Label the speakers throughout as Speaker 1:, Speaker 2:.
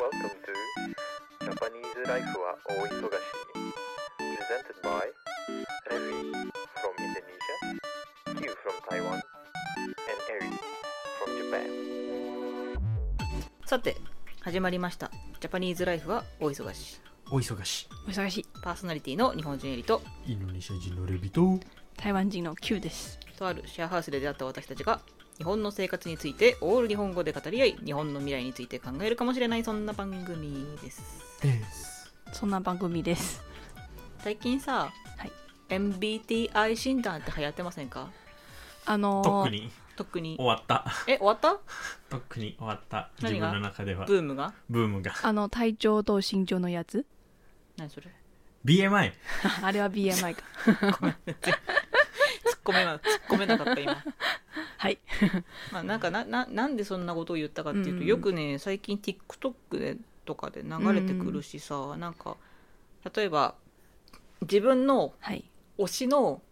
Speaker 1: Welcome to Japanese Life は大忙し Presented by Revi from Indonesia, Q from Taiwan, and Eri from Japan.
Speaker 2: さて始まりましたジャパニーズライフは大忙し
Speaker 3: お忙し
Speaker 4: お忙しい
Speaker 2: パーソナリティの日本人エリと
Speaker 3: いインドネシア人のレビと
Speaker 4: 台湾人の Q です
Speaker 2: とあるシェアハウスで出会った私たちが日本の生活についてオール日本語で語り合い日本の未来について考えるかもしれないそんな番組です
Speaker 3: です
Speaker 4: そんな番組です
Speaker 2: 最近さ、
Speaker 4: はい
Speaker 2: MBTI 診断って流行ってませんか
Speaker 4: あのー
Speaker 5: 特に
Speaker 2: 特に
Speaker 5: 終わった
Speaker 2: え終わった
Speaker 5: 特に終わった自
Speaker 2: 何
Speaker 5: 分
Speaker 2: が
Speaker 5: の中では
Speaker 2: ブームが
Speaker 5: ブームが
Speaker 4: あの体調と身長のやつ
Speaker 2: 何それ
Speaker 5: BMI
Speaker 4: ああれ は BMI か
Speaker 2: 突っ込めな突っ込めなかった今
Speaker 4: はい
Speaker 2: まあ、なんかなななんでそんなことを言ったかっていうと、
Speaker 4: うん
Speaker 2: よくね最近 TikTok でとかで流れてくるしさ、なんか例えば自分の
Speaker 4: はい
Speaker 2: 推しの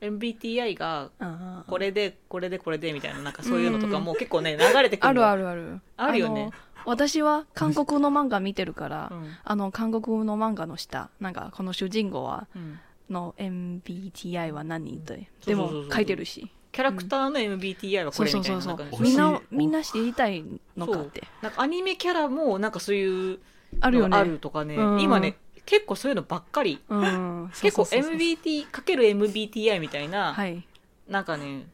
Speaker 2: MBTI が
Speaker 4: あー
Speaker 2: これでこれでこれでみたいななんかそういうのとかもう結構ね流れてく
Speaker 4: あ
Speaker 2: るの
Speaker 4: るあるある
Speaker 2: あるよね
Speaker 4: の私は韓国の漫画見てるから、
Speaker 2: うん
Speaker 4: あの韓国の漫画の下なんかこの主人公は
Speaker 2: うん
Speaker 4: の MBTI は何って
Speaker 2: そう
Speaker 4: で
Speaker 2: そうそうそう
Speaker 4: も書いてるし
Speaker 2: キャラクターの MBTI はこ
Speaker 4: そう
Speaker 2: れ
Speaker 4: そ
Speaker 2: み
Speaker 4: う
Speaker 2: たい
Speaker 4: そう
Speaker 2: な
Speaker 4: そ
Speaker 2: なん
Speaker 4: う
Speaker 2: かね
Speaker 5: 推し
Speaker 4: みんな
Speaker 5: 推し
Speaker 4: みんな知りたいのかって
Speaker 2: なんかアニメキャラもなんかそういう
Speaker 4: あるよ
Speaker 2: の
Speaker 4: ね
Speaker 2: があるとかね
Speaker 4: うん
Speaker 2: 今ね結構そういうのばっかり
Speaker 4: うん
Speaker 2: 結構
Speaker 4: そうそうそうそう
Speaker 2: MBT かける MBTI みたいな、
Speaker 4: はい
Speaker 2: なんかね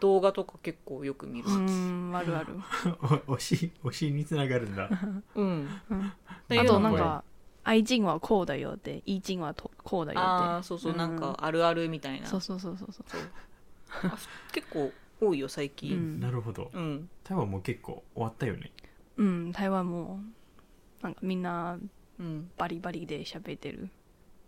Speaker 2: 動画とか結構よく見る
Speaker 4: う。んあるある
Speaker 5: お推し推しにつながるんだ
Speaker 2: うん。ってい
Speaker 4: あ
Speaker 2: う
Speaker 4: と
Speaker 2: の
Speaker 4: なん
Speaker 2: も
Speaker 4: か愛人はこうだよってイ人はとこうだよ
Speaker 2: あ
Speaker 4: っ
Speaker 2: あそうそう
Speaker 4: うん
Speaker 2: なんかあるあるみたい
Speaker 4: て
Speaker 2: な。
Speaker 4: そうそうそうそうそう
Speaker 2: あ結構多いよ最
Speaker 4: う、
Speaker 2: 近。
Speaker 5: なんるほど
Speaker 2: うん。
Speaker 5: 台湾もう結構終わったよね
Speaker 4: うん、台湾もなんかみんな
Speaker 2: うん。
Speaker 4: バリバリで喋ってる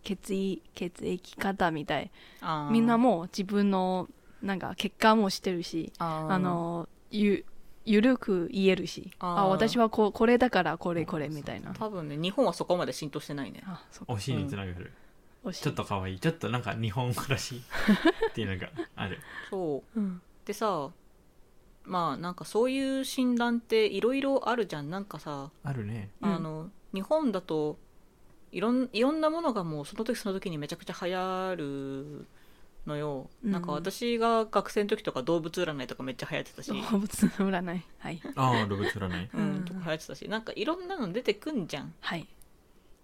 Speaker 4: 血液血液型みたい
Speaker 2: あー
Speaker 4: みんなもう自分のなんか結果もしてるし
Speaker 2: あー
Speaker 4: あのゆゆるく言えるし
Speaker 2: あー
Speaker 4: あ私はこうこれだからこれこれみたいな
Speaker 2: 多分ね日本はそこまで浸透してないね。
Speaker 4: あそっか
Speaker 5: 推しにつながる、
Speaker 4: 惜しい
Speaker 5: ちょっと可愛いちょっとなんか日本語らしいっていうのがある
Speaker 2: そう。
Speaker 4: うん
Speaker 2: でさまあなんかそういう診断っていろいろあるじゃんなんかさ
Speaker 5: あるね
Speaker 4: うん
Speaker 2: あの日本だといろんいろんなものがもうその時その時にめちゃくちゃ流行るのよ、
Speaker 4: うん
Speaker 2: なんか私が学生の時とか動物占いとかめっちゃ流行ってたし、
Speaker 4: 動物の占いはい
Speaker 5: ああ動物占い
Speaker 2: うん
Speaker 4: うん
Speaker 2: とか流行ってたしなんかいろんなの出てくんじゃん
Speaker 4: はい、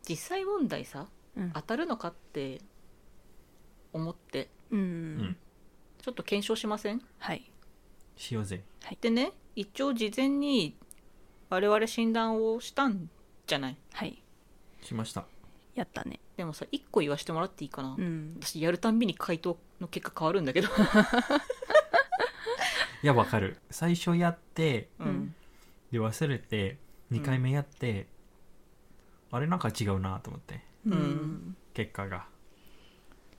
Speaker 2: 実際問題さ
Speaker 4: うん
Speaker 2: 当たるのかって思って
Speaker 4: うん
Speaker 5: ん
Speaker 2: ちょっと検証しません
Speaker 4: はい
Speaker 5: しようぜ
Speaker 2: でね一応事前に我々診断をしたんじゃない
Speaker 4: はい
Speaker 5: しました
Speaker 4: やったね
Speaker 2: でもさ1個言わしてもらっていいかな、
Speaker 4: うん
Speaker 2: 私やるたんびに回答の結果変わるんだけど
Speaker 5: いやわかる最初やって
Speaker 2: うん
Speaker 5: で忘れて2回目やって、あれなんか違うなと思って
Speaker 2: うん
Speaker 5: 結果が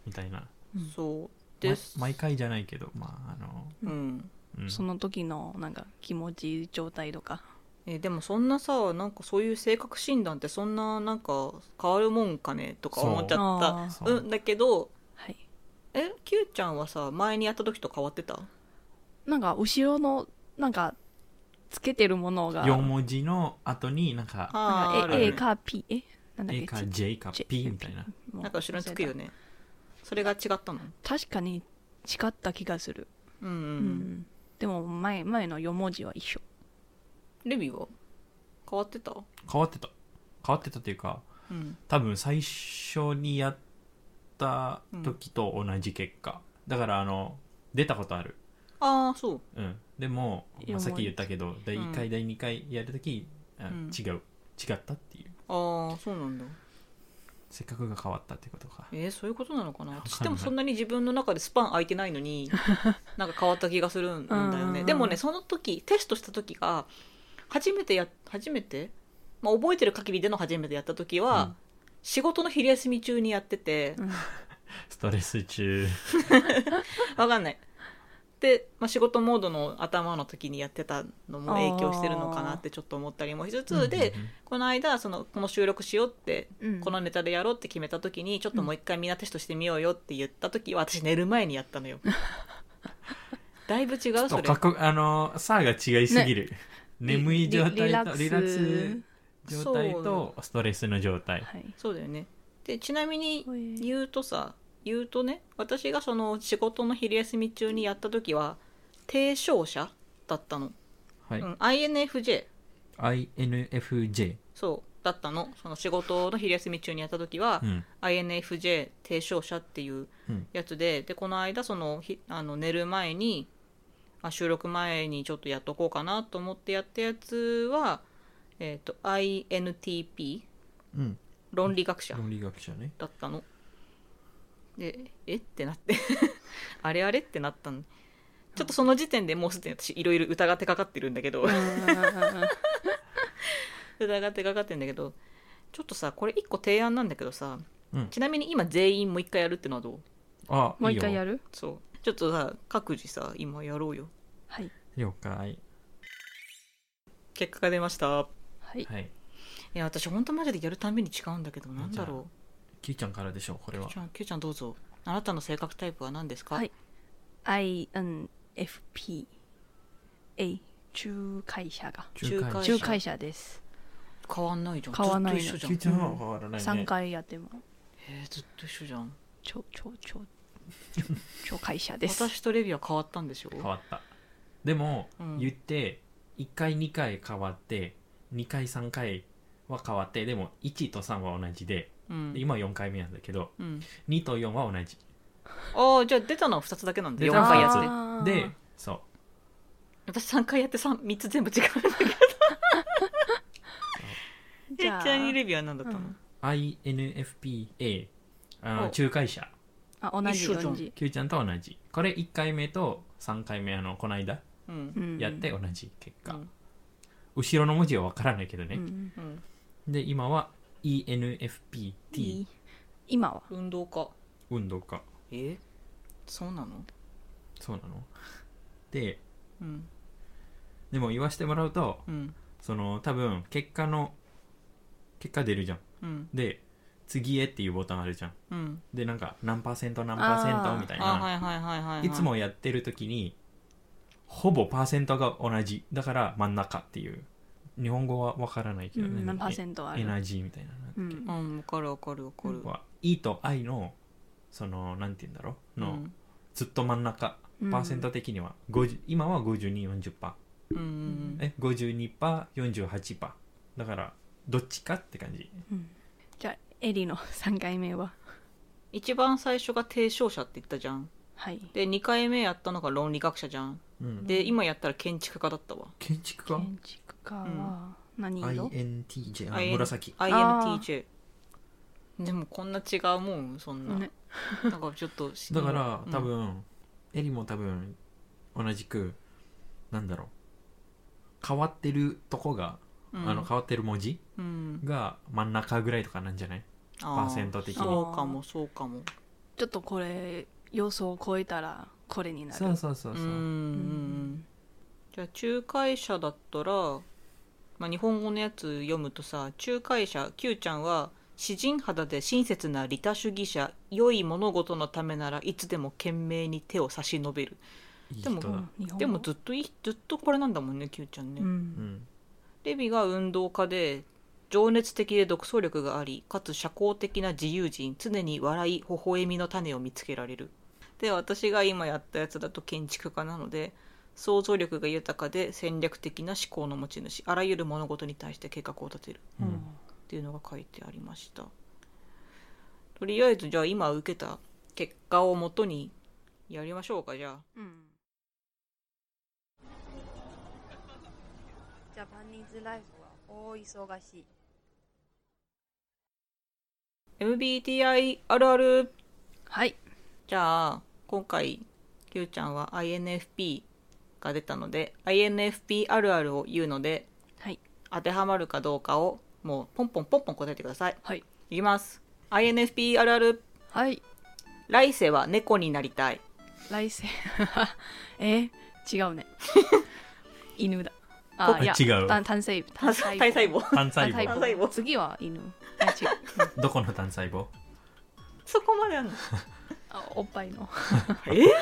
Speaker 5: みたいな
Speaker 4: うん
Speaker 2: そう
Speaker 5: ま
Speaker 2: です、
Speaker 5: 毎回じゃないけどまああの、
Speaker 2: うん
Speaker 5: うん、
Speaker 4: その時のなんか気持ち状態とか
Speaker 2: えーでもそんなさなんかそういう性格診断ってそんななんか変わるもんかねとか思っちゃ
Speaker 4: あ
Speaker 2: っ
Speaker 4: ー
Speaker 2: た
Speaker 5: そう
Speaker 2: うんだけど
Speaker 4: はい
Speaker 2: え Q ちゃんはさ前にやった時と変わってた
Speaker 4: なんか後ろのなんかつけてるものが
Speaker 5: 4文字の後になんか
Speaker 4: な
Speaker 2: あ
Speaker 4: ん
Speaker 2: ー
Speaker 4: か
Speaker 2: あ
Speaker 4: え A
Speaker 2: る
Speaker 4: か P えなんだっけ
Speaker 5: A か J か
Speaker 4: J-
Speaker 5: P みたいな
Speaker 4: もう
Speaker 2: なんか後ろにつくよねそれが違ったの
Speaker 4: 確かに違った気がする、
Speaker 2: うんう
Speaker 4: うん
Speaker 2: ん、
Speaker 4: でも前前の4文字は一緒
Speaker 2: レビは変わってた
Speaker 5: 変わってた変わってたというか
Speaker 2: うん
Speaker 5: 多分最初にやった時と同じ結果、だからあの出たことある
Speaker 2: ああそう
Speaker 5: うんでも、
Speaker 4: 四
Speaker 5: まあ
Speaker 4: 文字
Speaker 5: さっき言ったけど第1回、第2回やる時あ
Speaker 2: うん
Speaker 5: 違う違ったっていう
Speaker 2: ああそうなんだ
Speaker 5: せっかくが変わったってことか
Speaker 2: えー、そういうことなのかな
Speaker 5: かんない
Speaker 2: 私でもそんなに自分の中でスパン空いてないの になんか変わった気がするんだよ
Speaker 4: う
Speaker 2: ね
Speaker 4: ん
Speaker 2: でもねその時テストした時が初めてや初めて、まあ、覚えてる限りでの初めてやった時は、
Speaker 5: うん
Speaker 2: 仕事の昼休み中にやって て
Speaker 4: うん
Speaker 5: ストレス中
Speaker 2: わかんないで、まあ、仕事モードの頭の時にやってたのも影響してるのかなってちょっと思ったりもしつつで、この間そのこの収録しようって
Speaker 4: うん
Speaker 2: このネタでやろうって決めた時にちょっともう一回みんなテストしてみようよって言った時は私寝る前にや ったのよだいぶ違う
Speaker 5: ちょ
Speaker 2: それ
Speaker 5: っとかっこあのさあが違いすぎる、 眠い状態と
Speaker 4: リ
Speaker 5: リ
Speaker 4: ラ
Speaker 5: ラ
Speaker 4: ックス
Speaker 5: ックス状態とストレスの状態
Speaker 4: はい
Speaker 2: そうだよねでちなみに
Speaker 4: ほえ
Speaker 2: 言うとさ言うとね私がその仕事の昼休み中にやった時は提唱者だったの、
Speaker 5: はい、
Speaker 2: うん INFJ
Speaker 5: INFJ
Speaker 2: そうだったのその仕事の昼休み中にやった時は、
Speaker 5: うん
Speaker 2: INFJ 提唱者っていうやつででこの間そのひあの寝る前にあ収録前にちょっとやっとこうかなと思ってやったやつは、えっと INTP
Speaker 5: うん
Speaker 2: 論理学者
Speaker 5: 論理学者ね
Speaker 2: だったの。でえってなって あれあれってなったのちょっとその時点でもうすでに私いろいろ疑ってかかってるんだけど疑ってかかってるんだけどちょっとさこれ一個提案なんだけどさ、
Speaker 5: うん
Speaker 2: ちなみに今全員もう一回やるってのはどう
Speaker 5: あ
Speaker 4: もう一回や
Speaker 5: る
Speaker 4: る
Speaker 2: そうちょっとさ各自さ今やろうよ
Speaker 4: はい
Speaker 5: 了解
Speaker 2: 結果が出ました
Speaker 4: はい
Speaker 5: はい
Speaker 2: いや私本当マジでやるたんびに違うんだけどなんだろ
Speaker 5: キューちゃんからでしょうこれ
Speaker 2: う
Speaker 5: は
Speaker 2: キューちゃんキューちゃんどうぞあなたの性格タイプは何ですか、
Speaker 4: はい INFPA 仲介者が
Speaker 2: 仲介者
Speaker 4: 仲介者です
Speaker 2: 変わんないじゃん
Speaker 4: 変わんないの
Speaker 2: ずっと一緒
Speaker 5: キュー
Speaker 2: じ
Speaker 5: ちゃんは変わらないね
Speaker 4: 3回やっても
Speaker 2: ゃんえー、ずっと一緒じゃん
Speaker 4: 超超超 超超会社です
Speaker 2: 私とレビは変わったんでしょ
Speaker 5: 変わったでも、
Speaker 2: うん
Speaker 5: 言って1回2回変わって2回3回は変わってでも1と3は同じで
Speaker 2: う
Speaker 5: で
Speaker 2: ん、
Speaker 5: 今4回目なんだけど
Speaker 2: うん、
Speaker 5: 2と4は同じ
Speaker 2: ああじゃあ出たのは2つだけなんで
Speaker 5: 出
Speaker 2: 4
Speaker 5: たのは
Speaker 2: 回
Speaker 5: 二
Speaker 2: やっ
Speaker 5: つ
Speaker 2: て
Speaker 4: あー
Speaker 5: でそう
Speaker 2: 私3回やって 3, 三つ全部違うんだけど
Speaker 4: じゃ
Speaker 2: え
Speaker 4: あ
Speaker 2: ちなみにレビは何だったの、
Speaker 4: うん
Speaker 5: INFPA あの
Speaker 2: お
Speaker 5: 仲介者
Speaker 4: あ同じ
Speaker 2: 一緒じゃん
Speaker 4: 同じ
Speaker 5: Q ちゃんと同じこれ1回目と3回目あのこの間
Speaker 2: うん
Speaker 4: うん
Speaker 5: やって同じ結果、
Speaker 2: うん
Speaker 5: 後ろの文字は分からないけど
Speaker 4: う
Speaker 5: ね、
Speaker 4: ん
Speaker 2: うん、
Speaker 5: で今は ENFPT
Speaker 4: いい今は
Speaker 2: 運動家
Speaker 5: 運動家
Speaker 2: えそうなの
Speaker 5: そうなので
Speaker 2: うん
Speaker 5: でも言わせてもらうと
Speaker 2: うん
Speaker 5: その多分結果の結果出るじゃん
Speaker 2: うん
Speaker 5: で次へっていうボタンあるじゃん
Speaker 2: うん
Speaker 5: でなんか何パーセント何パーセン
Speaker 4: あ
Speaker 5: ト
Speaker 4: ー
Speaker 5: みたい
Speaker 2: あ
Speaker 5: な、
Speaker 2: はいはいはいはい、はい、
Speaker 5: いつもやってる時にほぼパーセントが同じだから真ん中っていう日本語はわからないけ
Speaker 4: う
Speaker 5: どね、
Speaker 4: ん何パーセントあ
Speaker 5: エナ
Speaker 4: る
Speaker 5: ジーみたいな
Speaker 4: うん
Speaker 2: うん分かる分かる分かる、
Speaker 5: は E と I のそのなんて言うんだろうの、
Speaker 2: うん
Speaker 5: ずっと真ん中
Speaker 4: うん
Speaker 5: パーセント的には、50今は5240%パ
Speaker 2: うんうん
Speaker 5: ーえ52%パー48%パーだからどっちかって感じ
Speaker 4: じゃあエリの 3回目は
Speaker 2: 一番最初が提唱者って言ったじゃん
Speaker 4: はい
Speaker 2: で2回目やったのが論理学者じゃん
Speaker 5: うん
Speaker 2: で今やったら建築家だったわ
Speaker 5: 建築家
Speaker 4: 建築家は何色
Speaker 5: ?INTJ あ
Speaker 2: IN
Speaker 5: 紫
Speaker 2: INTJ でもこんな違うもんそんな、
Speaker 4: ね
Speaker 2: なんかちょっと
Speaker 5: だから
Speaker 2: うん
Speaker 5: 多分、エリも多分同じくなんだろう変わってるとこが、
Speaker 2: うん
Speaker 5: あの変わってる文字
Speaker 2: うん
Speaker 5: が真ん中ぐらいとかなんじゃない
Speaker 2: あ
Speaker 5: パーセント的に
Speaker 2: そうかもそうかも
Speaker 4: ちょっとこれ予想を超えたらこれになる
Speaker 5: そうそうそうう
Speaker 2: ー
Speaker 5: そう、
Speaker 2: んじゃあ仲介者だったら、まあ、日本語のやつ読むとさ仲介者 Q ちゃんは詩人肌で親切な利他主義者良い物事のためならいつでも懸命に手を差し伸べる
Speaker 5: いい
Speaker 2: で
Speaker 5: 人
Speaker 2: も
Speaker 5: だ、
Speaker 4: うん日本語
Speaker 2: でもずっといいずっとこれなんだもんね Q ちゃんね、
Speaker 4: うん
Speaker 5: うん、
Speaker 2: レビが運動家で情熱的で独創力がありかつ社交的な自由人常に笑い微笑みの種を見つけられるで私が今やったやつだと建築家なので想像力が豊かで戦略的な思考の持ち主あらゆる物事に対して計画を立てる
Speaker 5: うん
Speaker 2: っていうのが書いてありましたとりあえずじゃあ今受けた結果をもとにやりましょうかじゃあ
Speaker 4: うん
Speaker 6: ジャパニーズライフは大忙しい。
Speaker 2: MBTI あるある
Speaker 4: はい
Speaker 2: じゃあ今回 Q ちゃんは INFP が出たので INFP あるあるを言うので
Speaker 4: はい
Speaker 2: 当てはまるかどうかをもうポンポンポンポン答えてください
Speaker 4: はい
Speaker 2: いきます INFP あるある
Speaker 4: はい
Speaker 2: 来世は猫になりたい
Speaker 4: 来世 え違 うね犬だ
Speaker 5: あ違う
Speaker 4: 単単 細胞
Speaker 2: 単細単細胞
Speaker 5: 単細
Speaker 4: 単
Speaker 5: 胞
Speaker 2: 細胞
Speaker 4: 次は犬あ違ううん
Speaker 5: どこの単細胞
Speaker 2: そこまであんの
Speaker 4: あおっぱいの
Speaker 2: え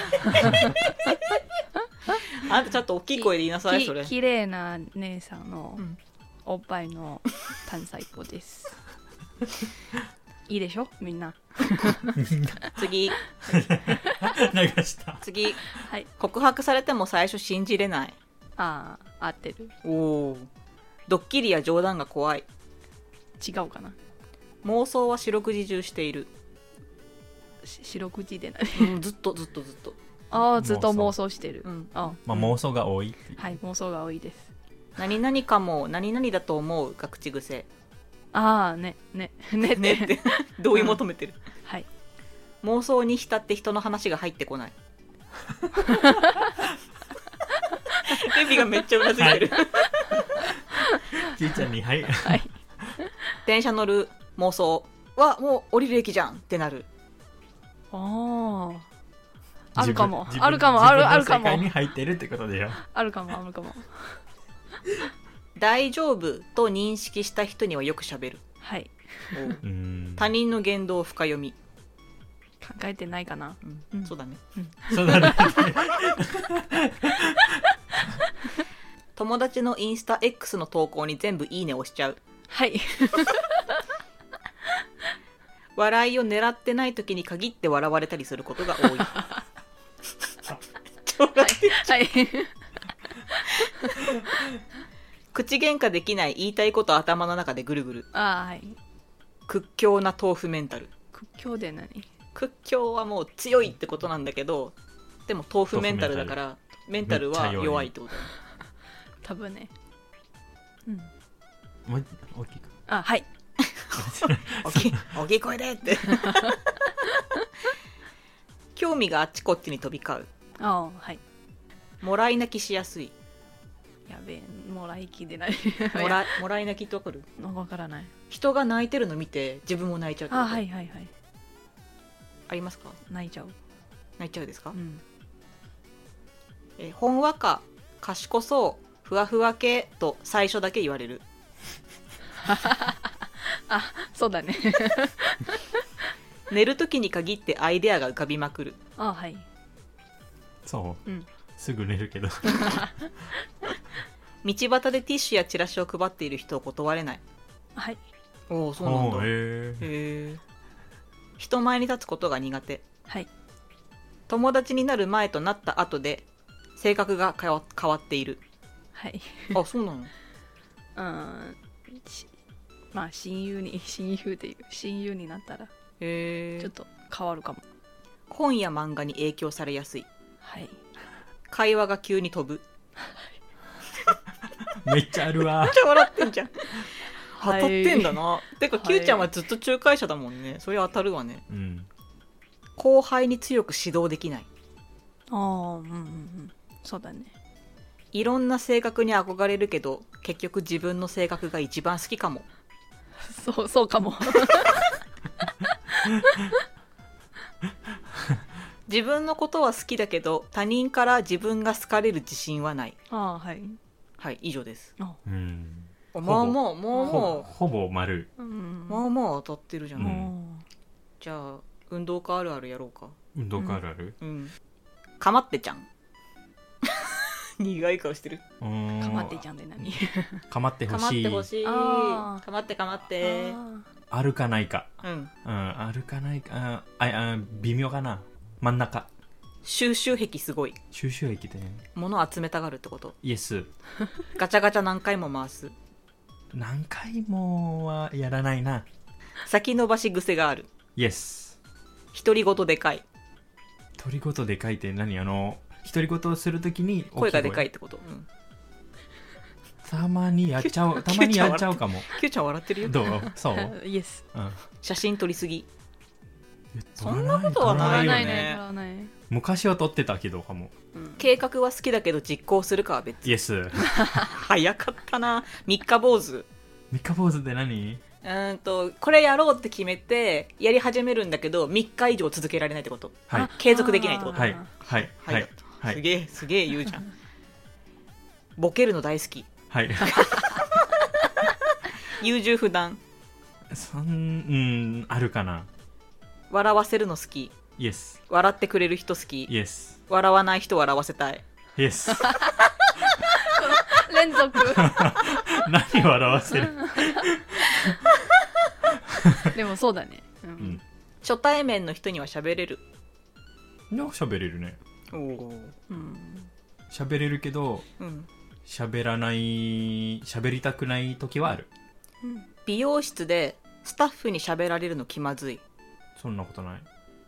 Speaker 2: あんたちょっと大きい声で言いなさい
Speaker 4: き
Speaker 2: それ
Speaker 4: 綺麗な姉さんの
Speaker 2: うん
Speaker 4: おっぱいの単細 胞です。いいでしょみんな。
Speaker 2: 次
Speaker 5: 流した
Speaker 2: 次
Speaker 4: はい。
Speaker 2: 告白されても最初信じれない
Speaker 4: ああ、合ってる。
Speaker 2: おおドッキリや冗談が怖い
Speaker 4: 違うかな。
Speaker 2: 妄想は四六時中している、
Speaker 4: し四六時でない。
Speaker 2: うん、ずっとずっとずっと、
Speaker 4: ああ、ずっと
Speaker 5: 妄
Speaker 4: 妄想してる
Speaker 2: う。ん、
Speaker 4: あ
Speaker 5: まあ妄想が多いっていう
Speaker 4: はい、妄想が多いです。
Speaker 2: 何々かも何々だと思うが口癖
Speaker 4: ああ、ね、ね、 ねって。
Speaker 2: ねって 同意求めてる、
Speaker 4: はい。
Speaker 2: 妄想に浸って人の話が入って こないレビがめっちゃうなずいてる、
Speaker 5: じいちゃんにはい
Speaker 2: 電車乗る妄想はもう降りる駅じゃんってなる
Speaker 4: あ あ。あるかも
Speaker 5: 自。分
Speaker 4: あるかも。あるあるか
Speaker 5: 自分の世界
Speaker 4: も
Speaker 5: に。入ってるってことでしょ
Speaker 4: あるかも。あるかも。
Speaker 2: 大丈夫と認識した人にはよくしゃべる
Speaker 4: はい。
Speaker 5: うーん
Speaker 2: 他人の言動を深読み、
Speaker 4: 考えてないかな。
Speaker 2: うん
Speaker 4: うん
Speaker 2: そうだね
Speaker 5: そう だね
Speaker 2: 友達のインスタ X の投稿に全部「いいね」押しちゃう
Speaker 4: はい。
Speaker 2: 笑いを狙ってない時に限って笑われたりすることが多いちょっと待って
Speaker 4: はい。
Speaker 2: 口喧嘩できない言いたいこと頭の中でぐるぐる
Speaker 4: ああ、はい。
Speaker 2: 屈強な豆腐メンタル
Speaker 4: 屈強で何
Speaker 2: 屈強はもう強いってことなんだけどでも豆腐メンタルだからメンタルは
Speaker 5: めっちゃ
Speaker 2: 弱
Speaker 5: 弱
Speaker 2: い
Speaker 5: い
Speaker 2: ってことだね
Speaker 4: 多分ね。うん。
Speaker 5: もう大きく
Speaker 4: あ、はい。
Speaker 2: 大きい 大きい声でって興味があっちこっちに飛び交う
Speaker 4: ああ、はい。
Speaker 2: もらい泣きしやすい
Speaker 4: やべえ、もらいきでない。
Speaker 2: もらいもらい泣きってわかる
Speaker 4: い。わからない。
Speaker 2: 人が泣いてるの見て自分も泣いちゃうってこと
Speaker 4: ああ、はいはいはい。
Speaker 2: ありますか
Speaker 4: 泣いちゃう。
Speaker 2: 泣いちゃうですか、
Speaker 4: うん。
Speaker 2: えーほんわか賢そうふわふわ系と最初だけ言われる
Speaker 4: そうだね。
Speaker 2: 寝る時に限ってアイデアが浮かびまくる
Speaker 4: ああ、はい。
Speaker 5: そう、
Speaker 4: うん
Speaker 5: すぐ寝るけど
Speaker 2: 道端でティッシュやチラシを配っている人を断れない
Speaker 4: はい。
Speaker 2: おおそ
Speaker 5: お
Speaker 2: へ
Speaker 5: ーえー
Speaker 2: え人前に立つことが苦手
Speaker 4: はい。
Speaker 2: 友達になる前となった後で性格が変わ変わっている
Speaker 4: はい。
Speaker 2: あそうなの
Speaker 4: うーん。しまあ、親友に、 親友でいう、親友になったら、
Speaker 2: へ
Speaker 4: ちょ
Speaker 2: え
Speaker 4: っと変わるかも。
Speaker 2: 本や漫画に影響されやすい
Speaker 4: はい。
Speaker 2: 会話が急に飛ぶ
Speaker 5: めっちゃあるわ
Speaker 2: めっちゃ笑ってん じゃん当た
Speaker 4: い
Speaker 2: ってんだな、てか
Speaker 4: はい
Speaker 2: Q ちゃんはずっと仲介者だもんねそれ当たるわね
Speaker 5: うん
Speaker 2: 後輩に強く指導できない
Speaker 4: ああ、うんうんうん。そうだね。
Speaker 2: いろんな性格に憧れるけど結局自分の性格が一番好きかも
Speaker 4: そう、そう かも。
Speaker 2: 自分のことは好きだけど他人から自分が好かれる自信はない
Speaker 4: ああ、はい。
Speaker 2: はい以上です
Speaker 5: うん
Speaker 2: もう
Speaker 5: ぼ
Speaker 2: もうもう
Speaker 5: ほ
Speaker 2: も
Speaker 5: ほぼ丸
Speaker 4: うん。
Speaker 2: うもうもう当たってるじゃない、
Speaker 5: うん
Speaker 2: じゃあ運動家あるあるやろうか
Speaker 5: 運動会あるある、
Speaker 2: うんかまってちゃん 苦い顔してる
Speaker 5: うーん、
Speaker 4: かまってちゃんで 何
Speaker 5: かまって
Speaker 2: か
Speaker 5: ほ
Speaker 2: まっ
Speaker 5: しい
Speaker 2: てほしい
Speaker 4: あ
Speaker 2: か
Speaker 4: ー
Speaker 2: まってかまって
Speaker 4: あ
Speaker 5: あるかないか
Speaker 2: うん
Speaker 5: うんあるかないかうんああ微妙かな真ん中
Speaker 2: 収集癖すごい
Speaker 5: 収集駅でね
Speaker 2: 物を集めたがるってこと
Speaker 5: イエス
Speaker 2: ガチャガチャ何回も回す
Speaker 5: 何回もはやらないな
Speaker 2: 先延ばし癖がある
Speaker 5: イエス
Speaker 2: 独り言でかい
Speaker 5: 独り言で書いて何あの独り言をするときに大き
Speaker 2: 声がでかいってこと、うん、
Speaker 5: たまにやっちゃ うたまにやっちゃうかも
Speaker 2: Q ちゃん笑ってるよ
Speaker 5: どうそう、うん
Speaker 4: あ。イエス。
Speaker 2: 写真撮りすぎ
Speaker 5: そ
Speaker 2: んなことは
Speaker 4: 変わら
Speaker 2: いよ
Speaker 4: な
Speaker 2: ね
Speaker 4: いね。変わらない。
Speaker 5: 昔は撮ってたけどかも
Speaker 2: 計画は好きだけど実行するかは別
Speaker 5: イエス
Speaker 2: 早かったな三日坊主
Speaker 5: 三日坊主って何
Speaker 2: うーんとこれやろうって決めてやり始めるんだけど3日以上続けられないってこと
Speaker 5: はい
Speaker 2: 継続できないってこと
Speaker 5: はいはい
Speaker 2: は
Speaker 5: はいいは
Speaker 2: す
Speaker 5: い
Speaker 2: げえすげえ言うじゃんボケるの大好き
Speaker 5: はい
Speaker 2: 優柔不断
Speaker 5: そんうんあるかな
Speaker 2: 笑わせるの好き
Speaker 5: イエス
Speaker 2: 笑ってくれる人好き
Speaker 5: イエス
Speaker 2: 笑わない人笑わせたい
Speaker 5: Yes
Speaker 4: 連続
Speaker 5: 何を表してる
Speaker 4: でもそうだね、うん
Speaker 5: ん
Speaker 2: 初対面の人には喋れる
Speaker 5: なんか喋れるね
Speaker 2: おお
Speaker 4: うん
Speaker 5: 喋れるけど
Speaker 2: うん
Speaker 5: 喋らない喋りたくない時はある
Speaker 2: 美容室でスタッフに喋られるの気まずい
Speaker 5: そんなことない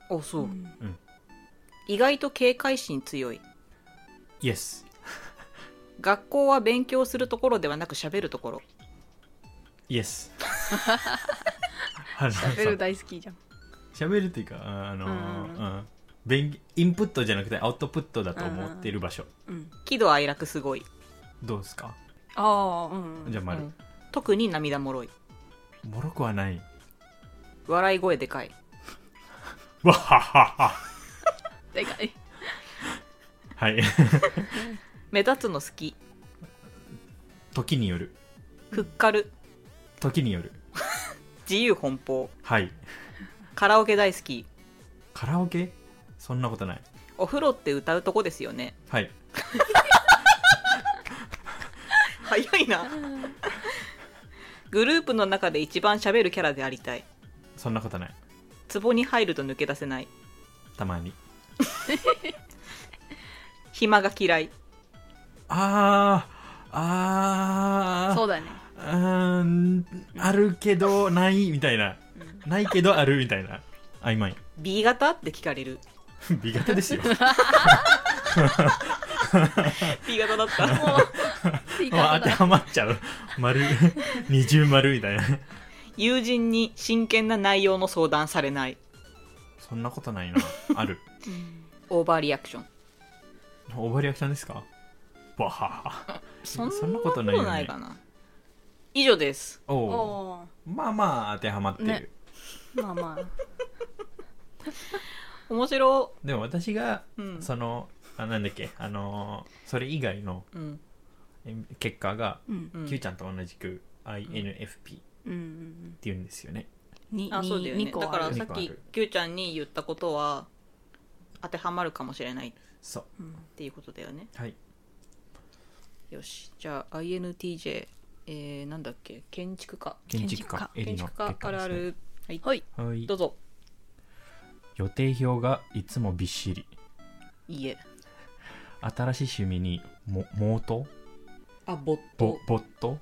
Speaker 2: おそう、
Speaker 5: ん
Speaker 2: 意外と警戒心強い
Speaker 5: Yes
Speaker 2: 学校は勉強するところではなく喋るところ
Speaker 5: Yes あの
Speaker 4: ベル大好きじゃん
Speaker 5: 喋るっていうかあの、
Speaker 4: うんうん
Speaker 5: うん勉インプットじゃなくてアウトプットだと思ってる場所、
Speaker 4: うん
Speaker 2: 喜怒哀楽すごい、
Speaker 5: どうですか
Speaker 4: ああうん
Speaker 5: じゃあ丸、
Speaker 2: うん特に涙もろい
Speaker 5: もろくはない
Speaker 2: 笑い声でかい
Speaker 5: わははは
Speaker 4: でかい
Speaker 5: はい
Speaker 2: 目立つの好き
Speaker 5: 時による
Speaker 2: ふっかる
Speaker 5: 時による
Speaker 2: 自由奔放
Speaker 5: はい
Speaker 2: カラオケ大好き
Speaker 5: カラオケそんなことない
Speaker 2: お風呂って歌うとこですよね
Speaker 5: はい
Speaker 2: 早いなグループの中で一番喋るキャラでありたい
Speaker 5: そんなことない
Speaker 2: 壺に入ると抜け出せない
Speaker 5: たまに
Speaker 2: 暇が嫌い
Speaker 5: あーあー
Speaker 4: そう
Speaker 5: う
Speaker 4: だね
Speaker 5: ーんあるけどないみたいなないけどあるみたいな曖昧
Speaker 2: B 型って聞かれる
Speaker 5: B 型ですよ
Speaker 2: B 型だった
Speaker 4: いい
Speaker 5: まあ
Speaker 4: 感
Speaker 5: 当て
Speaker 4: じだ
Speaker 5: はまっちゃう丸 二重丸みたいな
Speaker 2: 友人に真剣な内容の相談されない
Speaker 5: そんなことないなある
Speaker 2: オーバーリアクション
Speaker 5: オーバーリアクションですかわは
Speaker 2: そん
Speaker 5: ん
Speaker 2: な
Speaker 5: な
Speaker 2: こ
Speaker 5: ことと
Speaker 2: な
Speaker 5: ないいよね
Speaker 2: かな以上です
Speaker 5: お
Speaker 4: お
Speaker 5: お
Speaker 4: お
Speaker 5: まあまあ当てはまってる、
Speaker 4: ねーまあまあ
Speaker 2: 面白
Speaker 5: でも私が、
Speaker 2: うん
Speaker 5: そのあなんだっけあのーそれ以外の
Speaker 2: うん
Speaker 5: え結果が、
Speaker 4: うん
Speaker 2: うん
Speaker 5: Q ちゃんと同じく INFP っ
Speaker 4: うんうん
Speaker 5: ていうんですよね、
Speaker 4: に
Speaker 2: あそうだよね
Speaker 4: に二個
Speaker 2: だか
Speaker 4: あ
Speaker 2: ら
Speaker 4: る
Speaker 2: さっ
Speaker 5: 二
Speaker 2: き
Speaker 5: 個ある
Speaker 2: Q ちゃんに言ったことは当てはまるかもしれないっ
Speaker 5: そう
Speaker 2: ていうことだよね
Speaker 5: はい
Speaker 2: よしじゃあ INTJ えー、なんだっけ建築家
Speaker 5: 建築家エ
Speaker 2: 建
Speaker 5: リの
Speaker 2: 築
Speaker 5: 結
Speaker 2: 家あ
Speaker 5: 果で
Speaker 2: るあ
Speaker 5: す、ね、
Speaker 2: るはい、
Speaker 4: はい
Speaker 5: はい
Speaker 2: どうぞ
Speaker 5: 予定表がいつもびっしり
Speaker 2: いいえ
Speaker 5: 新しい趣味にも妄想
Speaker 2: あボッ
Speaker 5: ぼ
Speaker 2: ト
Speaker 5: ぼっと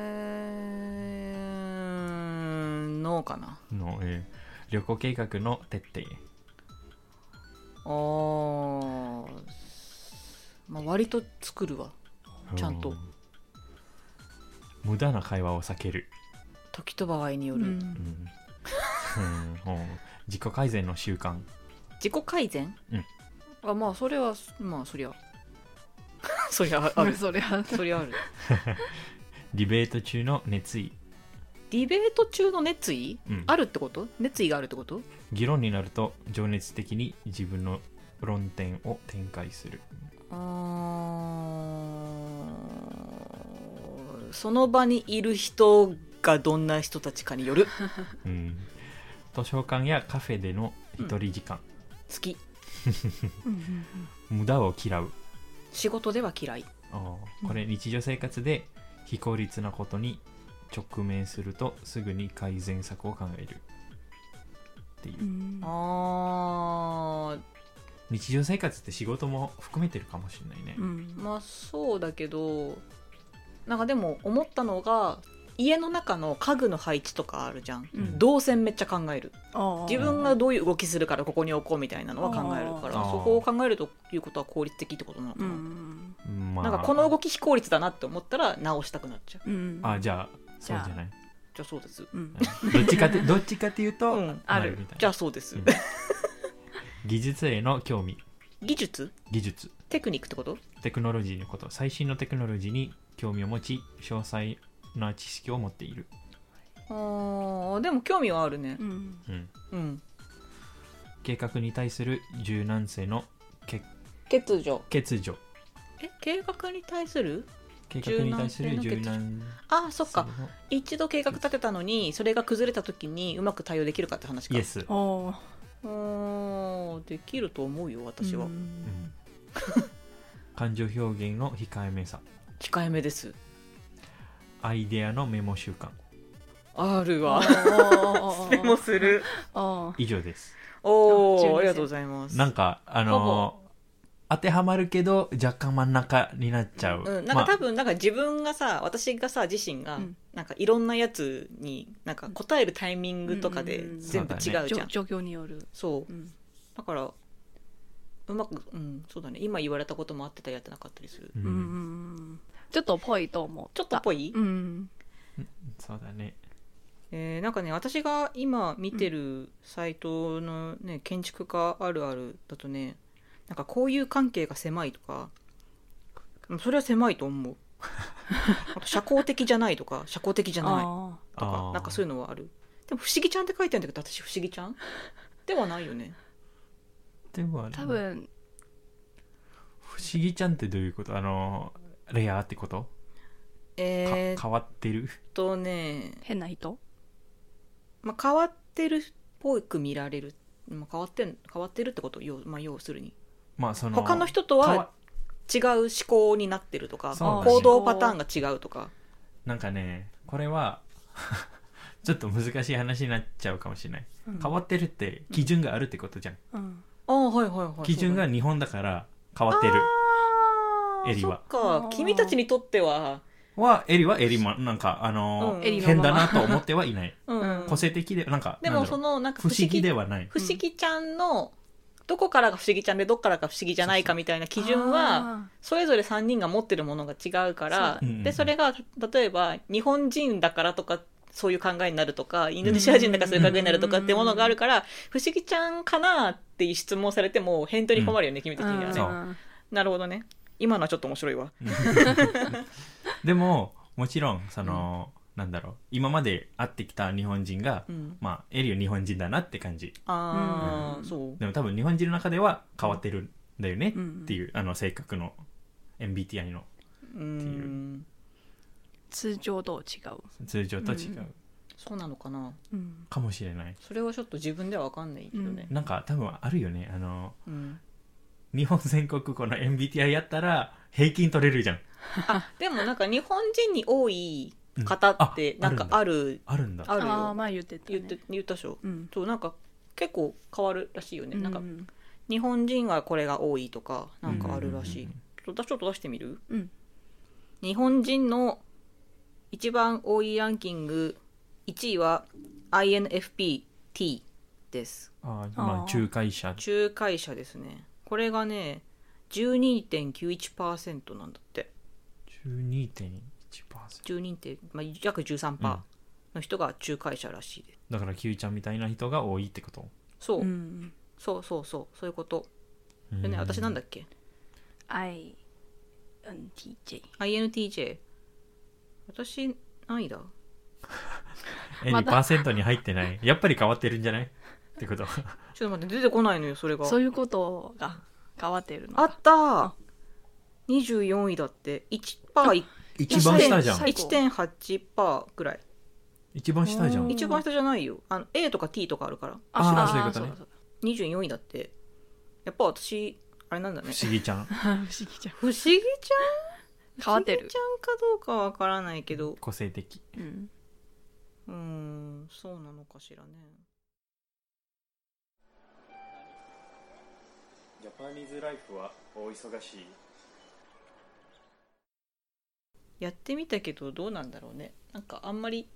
Speaker 2: えーノーかな
Speaker 5: の、えー旅行計画の徹底
Speaker 2: あー、まあ、割と作るわちゃんと
Speaker 5: う無駄な会話を避ける、
Speaker 2: 時と場合によ
Speaker 4: う
Speaker 2: る、
Speaker 5: うん んうんうん自己改善の習慣
Speaker 2: 自己改善、
Speaker 5: うん
Speaker 2: あまあそれはまあそりゃ そりゃある
Speaker 4: それ は
Speaker 2: そりゃある
Speaker 5: ディベート中の熱意、
Speaker 2: ディベート中の熱意
Speaker 5: うん
Speaker 2: あるってこと熱意があるってこと
Speaker 5: 議論になると情熱的に自分の論点を展開する
Speaker 2: あーその場にいる人がどんな人たちかによる
Speaker 5: うん図書館やカフェでの一人時間、
Speaker 2: 好き
Speaker 4: うんうん
Speaker 5: 無駄を嫌う
Speaker 2: 仕事では嫌い
Speaker 5: あーこれ日常生活で非効率なことに直面するとすぐに改善策を考えるっていううん
Speaker 2: あー
Speaker 5: 日常生活って仕事も含めてるかもしれないね、
Speaker 4: うん
Speaker 2: まあそうだけどなんかでも思ったのが家の中の家具の配置とかあるじゃん
Speaker 4: うん
Speaker 2: 動線めっちゃ考える
Speaker 4: ああ
Speaker 2: 自分がどういう動きするからここに置こうみたいなのは考えるから
Speaker 5: あー
Speaker 2: そこを考えるということは効率的ってことなのか
Speaker 4: う
Speaker 2: な、
Speaker 4: ん
Speaker 5: まあ
Speaker 2: なんかこの動き非効率だなって思ったら直したくなっちゃう
Speaker 4: うんうん
Speaker 5: あじゃあ
Speaker 4: じ
Speaker 5: そう
Speaker 4: ゃあ
Speaker 5: じゃない
Speaker 2: じゃあそうです
Speaker 4: うん
Speaker 5: うんどっちかってどっちかっていうと、
Speaker 2: うん
Speaker 4: あ
Speaker 5: な
Speaker 4: る
Speaker 5: みたいな
Speaker 2: じゃあそうです、
Speaker 5: うん技術への興味
Speaker 2: 技術
Speaker 5: 技術
Speaker 2: テクニックってこと
Speaker 5: テクノロジーのこと最新のテクノロジーに興味を持ち詳細な知識を持っている、
Speaker 2: あーでも興味はあるね
Speaker 4: うん
Speaker 5: うん
Speaker 2: うん
Speaker 5: 計画に対する柔軟性のけ
Speaker 2: 欠如
Speaker 5: 欠如
Speaker 2: え計画に対する
Speaker 5: 計画に対する柔
Speaker 2: 柔軟性
Speaker 5: 軟
Speaker 2: ああそっ
Speaker 5: 性
Speaker 2: か
Speaker 5: の
Speaker 2: 一度計画立てたのにそれが崩れた時にうまく対応できるかって話か
Speaker 5: Yes
Speaker 4: おー
Speaker 2: うんできると思うよ私は、
Speaker 5: うん、感情表現の控えめさ
Speaker 2: 控えめです
Speaker 5: アイデアのメモ習慣
Speaker 2: ある
Speaker 4: あ
Speaker 2: わ
Speaker 4: ー
Speaker 2: でもする
Speaker 4: あー
Speaker 5: 以上です
Speaker 2: お
Speaker 4: あ12
Speaker 2: おありがとうございます
Speaker 5: なんかあのー当てはまるけど若干真ん中になっちゃう、
Speaker 2: うん、なん
Speaker 5: ま
Speaker 2: か
Speaker 5: あ
Speaker 2: 多分なんか自分がさ私がさ自身が
Speaker 4: うん
Speaker 2: なんかいろんなやつになんか答えるタイミングとかで
Speaker 4: うん
Speaker 2: 全部違うじゃん、
Speaker 4: じょ状況による、
Speaker 2: そう
Speaker 4: うん
Speaker 2: だからうまくうんそうだね今言われたことも合ってたりやってなかったりする
Speaker 5: うん
Speaker 4: うんうん、ちょっとぽいと思う
Speaker 2: ちょっとっぽい、
Speaker 4: うん
Speaker 5: そうだね
Speaker 2: えーなんかね私が今見てるサイトのね建築家あるあるだとねなんか交友関係が狭いとかうんそれは狭いと思うあと社交的じゃないとか社交的じゃない
Speaker 4: あ
Speaker 2: とか
Speaker 5: あー
Speaker 2: なんかそういうのはあるでも「不思議ちゃん」って書いてあるんだけど私「不思議ちゃん」ではないよね
Speaker 5: でも
Speaker 4: ー多分
Speaker 5: 不思議ちゃんってどういうことあのーレアってことか
Speaker 2: えー、っ
Speaker 5: 変わってる
Speaker 2: とね、
Speaker 4: 変な人
Speaker 2: まあ、変わってるっぽく見られる、まあ、変わってん変わってるってこと要,、まあ、要するに
Speaker 5: まあその
Speaker 2: 他の人とは
Speaker 5: 変わ
Speaker 2: 違う思考になってるとか
Speaker 5: そうだね
Speaker 2: 行動パターンが違うとか
Speaker 5: なんかねこれは ちょっと難しい話になっちゃうかもしれない、
Speaker 4: うん
Speaker 5: 変わってるって基準があるってことじゃん、
Speaker 4: うん
Speaker 2: ああはいはいはい
Speaker 5: 基準が
Speaker 2: そう
Speaker 5: 日本だから変わってる
Speaker 2: だね
Speaker 5: エリは
Speaker 2: そっか君たちにとっては、
Speaker 5: はエリはエリもなんかあのー
Speaker 2: うん
Speaker 4: エリのま
Speaker 5: 変
Speaker 4: ま
Speaker 5: だなと思ってはいない
Speaker 2: うん
Speaker 5: 個性的でなんか
Speaker 2: で
Speaker 5: なん
Speaker 2: も
Speaker 5: だろ
Speaker 2: そうのなんか
Speaker 5: 不思議ではない
Speaker 2: 不思議ちゃんのどこからが不思議ちゃんでどっからが不思議じゃないかみたいな基準は
Speaker 4: あ
Speaker 2: それぞれ3人が持ってるものが違うから
Speaker 5: そうだね
Speaker 2: でそれが例えば日本人だからとかそういう考えになるとかインドネシア人だからそういう考えになるとかってものがあるから不思議ちゃんかなっていう質問されても返答に困るよね君
Speaker 4: ー
Speaker 2: たちには
Speaker 5: そ
Speaker 2: ね
Speaker 5: う。
Speaker 2: なるほどね今のはちょっと面白いわ。
Speaker 5: でももちろんその、なんだろう今まで会ってきた日本人が、
Speaker 2: うん、
Speaker 5: まあエリは日本人だなって感じ
Speaker 2: ああ、
Speaker 4: うん
Speaker 2: そう。
Speaker 5: でも多分日本人の中では変わってるんだよね
Speaker 4: うん
Speaker 5: っていう、あの性格の MBTI の
Speaker 2: う
Speaker 5: って
Speaker 2: ん、
Speaker 4: 通常と違う、
Speaker 5: 通常と違
Speaker 4: う
Speaker 5: うん
Speaker 2: そうなのかな。
Speaker 4: うん
Speaker 5: かもしれない、
Speaker 2: それはちょっと自分ではわかんないけどね。
Speaker 5: なんか多分あるよねあの
Speaker 2: うん
Speaker 5: 日本全国この MBTI やったら平均取れるじゃん
Speaker 2: でもなんか日本人に多い方って
Speaker 5: うんあ
Speaker 2: なんか
Speaker 5: あ
Speaker 2: ある、
Speaker 5: あるんだ
Speaker 2: あるよ
Speaker 4: ああ前言ってた、
Speaker 2: 言
Speaker 4: ね、
Speaker 2: って言ったでしょ
Speaker 4: うん
Speaker 2: そうなんか結構変わるらしいよね、なんか
Speaker 4: うん
Speaker 2: 日本人はこれが多いとかなんかあるらしい、
Speaker 5: うんうん
Speaker 2: ちょっとちょっと出してみる
Speaker 4: うん
Speaker 2: 日本人の一番多いランキング1位は INFPT です
Speaker 5: あーま
Speaker 4: あ
Speaker 5: あ
Speaker 4: ー
Speaker 5: 仲介者
Speaker 2: 仲介者ですねこれがね12.91%なんだって
Speaker 5: 12.1%、
Speaker 2: 12点、まあ、約13%の人が仲介者らしいです、
Speaker 5: だからキューちゃんみたいな人が多いってこと
Speaker 2: そう、
Speaker 4: うん
Speaker 2: そうそうそうそういうことでね私なんだっけ
Speaker 4: INTJ
Speaker 2: INTJ 私何位だ
Speaker 5: え、
Speaker 4: また
Speaker 5: パーセントに入ってない。やっぱり変わってるんじゃないってこと。
Speaker 2: ちょっと待って出てこないのよそれが
Speaker 4: そういうことが変わってるの
Speaker 2: あ
Speaker 4: か
Speaker 2: ったー24位だって1パー
Speaker 5: 一番下じゃ
Speaker 4: いや
Speaker 5: ん
Speaker 4: 最。
Speaker 2: 1.8パーぐらい
Speaker 5: 一番下じゃ。
Speaker 4: うん
Speaker 2: 一番下じゃないよあの A とか T とかあるから
Speaker 5: あ
Speaker 4: ー
Speaker 5: そういうことね
Speaker 4: そうだ
Speaker 2: 24位だってやっぱ私あれなんだね
Speaker 5: 不思議ちゃん。
Speaker 4: 不思議じゃん
Speaker 2: 不思議ちゃん
Speaker 4: 変わってる
Speaker 2: 不思議ちゃんかどうかわからないけど
Speaker 5: 個性的。
Speaker 4: うん
Speaker 2: うーんそうなのかしらね
Speaker 1: ジャパニーズライフは大忙しい
Speaker 2: やってみたけどどうなんだろうねなんかあんまり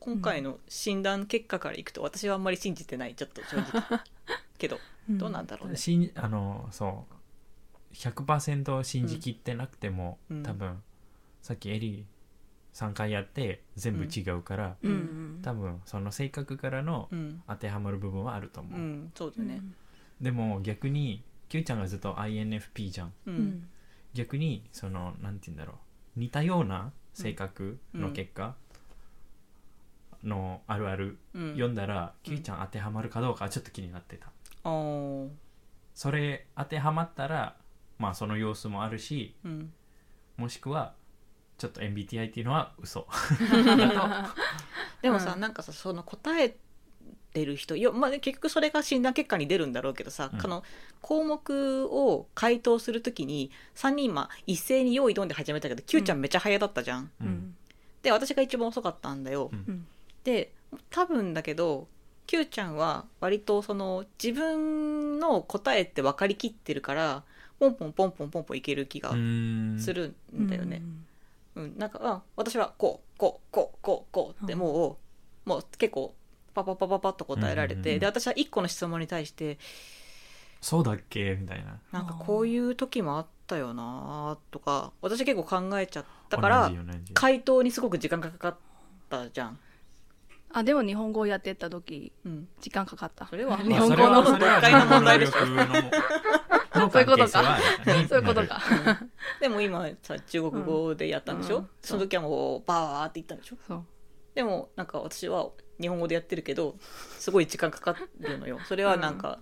Speaker 2: 今回の診断結果からいくと私はあんまり信じてないちょっと正 直けどどうなんだろうね、
Speaker 5: しん、あの、そう。100%信じきってなくても、
Speaker 2: うん
Speaker 5: 多分、さっきエリ3回やって全部違うから、
Speaker 4: うん
Speaker 5: 多分その性格からの
Speaker 2: うん
Speaker 5: 当てはまる部分はあると思
Speaker 2: う
Speaker 5: う。
Speaker 2: んそうだよね
Speaker 5: でも逆に、キューちゃんがずっと INFP じゃん。
Speaker 2: う
Speaker 4: うんん
Speaker 5: 逆にそのなんて言うんだろう似たような性格の結果のあるある
Speaker 2: うん
Speaker 5: 読んだら、キュウちゃん当てはまるかどうかちょっと気になってた
Speaker 2: あー
Speaker 5: それ当てはまったらまあその様子もあるし
Speaker 2: うん
Speaker 5: もしくはちょっと MBTI っていうのは嘘
Speaker 2: でもさ、
Speaker 4: うん
Speaker 2: なんかさその答えってる人いや、まあね、結局それが診断結果に出るんだろうけどさ、
Speaker 5: うん
Speaker 2: この項目を回答するときに3人今一斉に用意どんで始めたけど Q ちゃんめちゃ早だったじゃん。
Speaker 5: う
Speaker 4: うんん
Speaker 2: で私が一番遅かったんだよ。
Speaker 5: うん
Speaker 4: うん
Speaker 2: で多分だけど Q ちゃんは割とその自分の答えって分かりきってるからポンポンポンポンポンポンいける気が
Speaker 5: うん
Speaker 2: するんだよね
Speaker 4: う。ん
Speaker 2: うん、なんか、あ私はこう、こう、こう、こう、こうって、
Speaker 4: うん
Speaker 2: もう、もう結構、パパパパパッと答えられ
Speaker 5: うんうんう
Speaker 2: て、
Speaker 5: ん
Speaker 2: で、私は1個の質問に対して、
Speaker 5: そうだっけみたいな
Speaker 2: なんかこういう時もあったよなとか、私結構考えちゃったから
Speaker 5: 同じ、同じ
Speaker 2: 回答にすごく時間がかかったじゃん。
Speaker 4: あでも日本語をやってた時
Speaker 2: うん。
Speaker 4: 時間かかった
Speaker 2: それは
Speaker 4: 日
Speaker 5: まあ
Speaker 4: 本語
Speaker 5: それは
Speaker 4: の
Speaker 5: そ
Speaker 4: そう
Speaker 5: れは
Speaker 2: 読解の問題でしょ
Speaker 5: 日本語の能力のの
Speaker 4: そういうこ
Speaker 5: 関係
Speaker 4: とか
Speaker 5: 性はある ね
Speaker 4: いうことか
Speaker 2: でも今さ、中国語でやったんでしょ、
Speaker 4: うんうん
Speaker 2: その時はもう、バーって言ったんでしょ
Speaker 4: そう
Speaker 2: でも、なんか私は日本語でやってるけど、すごい時間かかるのよ。それはなんか、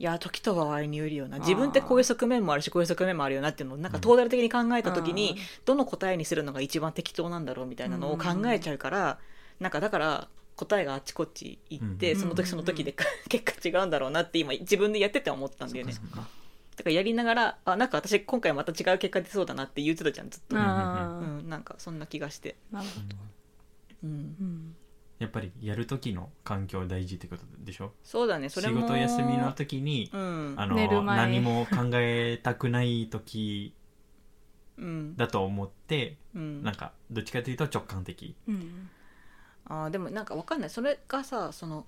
Speaker 2: いや、時と場合によるよな。自分ってこういう側面もあるし、こういう側面もあるよなっていうのを、なんかトータル的に考えた時に、どの答えにするのが一番適当なんだろうみたいなのを考えちゃうから、なんかだから、答えがあっちこっち行って、
Speaker 5: うん
Speaker 2: その時その時で結果違うんだろうなって今自分でやってて思ったんだよね。
Speaker 5: そっかそっか
Speaker 2: だからやりながら、あ、なんか私今回また違う結果出そうだなって言ってたじゃん、ずっと。
Speaker 4: うんあ
Speaker 2: う
Speaker 4: ー
Speaker 2: ん、なんかそんな気がして。
Speaker 4: なるほ
Speaker 5: うん
Speaker 2: うん。
Speaker 4: どうん
Speaker 5: やっぱりやる時の環境大事ってことでしょ
Speaker 2: そうだね、そ
Speaker 5: 仕
Speaker 2: れも。
Speaker 5: 事休みの時に
Speaker 2: うん。
Speaker 5: あの
Speaker 4: 寝る前
Speaker 5: 何も考えたくない時
Speaker 2: うん。
Speaker 5: だと思って
Speaker 2: うん
Speaker 5: なんかどっちかというと直感的
Speaker 4: うん
Speaker 2: あーでもなんかわかんないそれがさその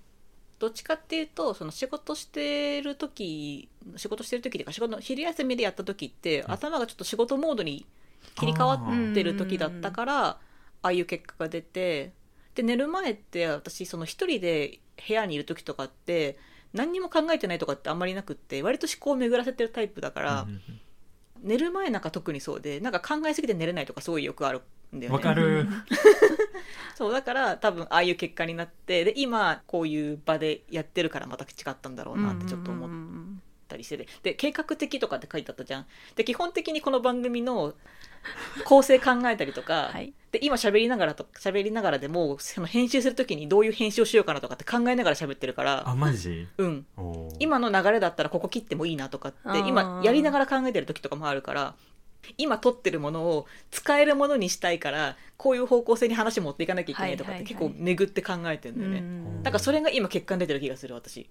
Speaker 2: どっちかっていうとその仕事してる時仕事してる時っていうか仕事の昼休みでやった時って、
Speaker 5: うん
Speaker 2: 頭がちょっと仕事モードに切り替わってる時だったからああいう結果が出てで寝る前って私その一人で部屋にいる時とかって何にも考えてないとかってあんまりなくって割と思考を巡らせてるタイプだから
Speaker 5: う、んうん
Speaker 2: 寝る前なんか特にそうでなんか考えすぎて寝れないとかすごいよくあるんだよね。
Speaker 5: うんわかる
Speaker 2: そうだから多分ああいう結果になってで今こういう場でやってるからまた違ったんだろうなってちょっと思っ
Speaker 4: うん
Speaker 2: たりしてて、で計画的とかって書いてあったじゃんで基本的にこの番組の構成考えたりとか、
Speaker 4: はい
Speaker 2: で今喋りながらと喋りながらでもその編集する時にどういう編集をしようかなとかって考えながら喋ってるか
Speaker 5: あ
Speaker 2: ら
Speaker 5: マジ
Speaker 2: うん
Speaker 5: おー
Speaker 2: 今の流れだったらここ切ってもいいなとかって
Speaker 4: あー
Speaker 2: 今やりながら考えてる時とかもあるから今撮ってるものを使えるものにしたいからこういう方向性に話持っていかなきゃいけないとかっ
Speaker 4: はい
Speaker 2: て
Speaker 4: はい
Speaker 2: 結
Speaker 4: はい
Speaker 2: 構巡って考えてるん
Speaker 4: う
Speaker 2: だよね、
Speaker 4: ん
Speaker 2: だからそれが今結果に出てる気がする私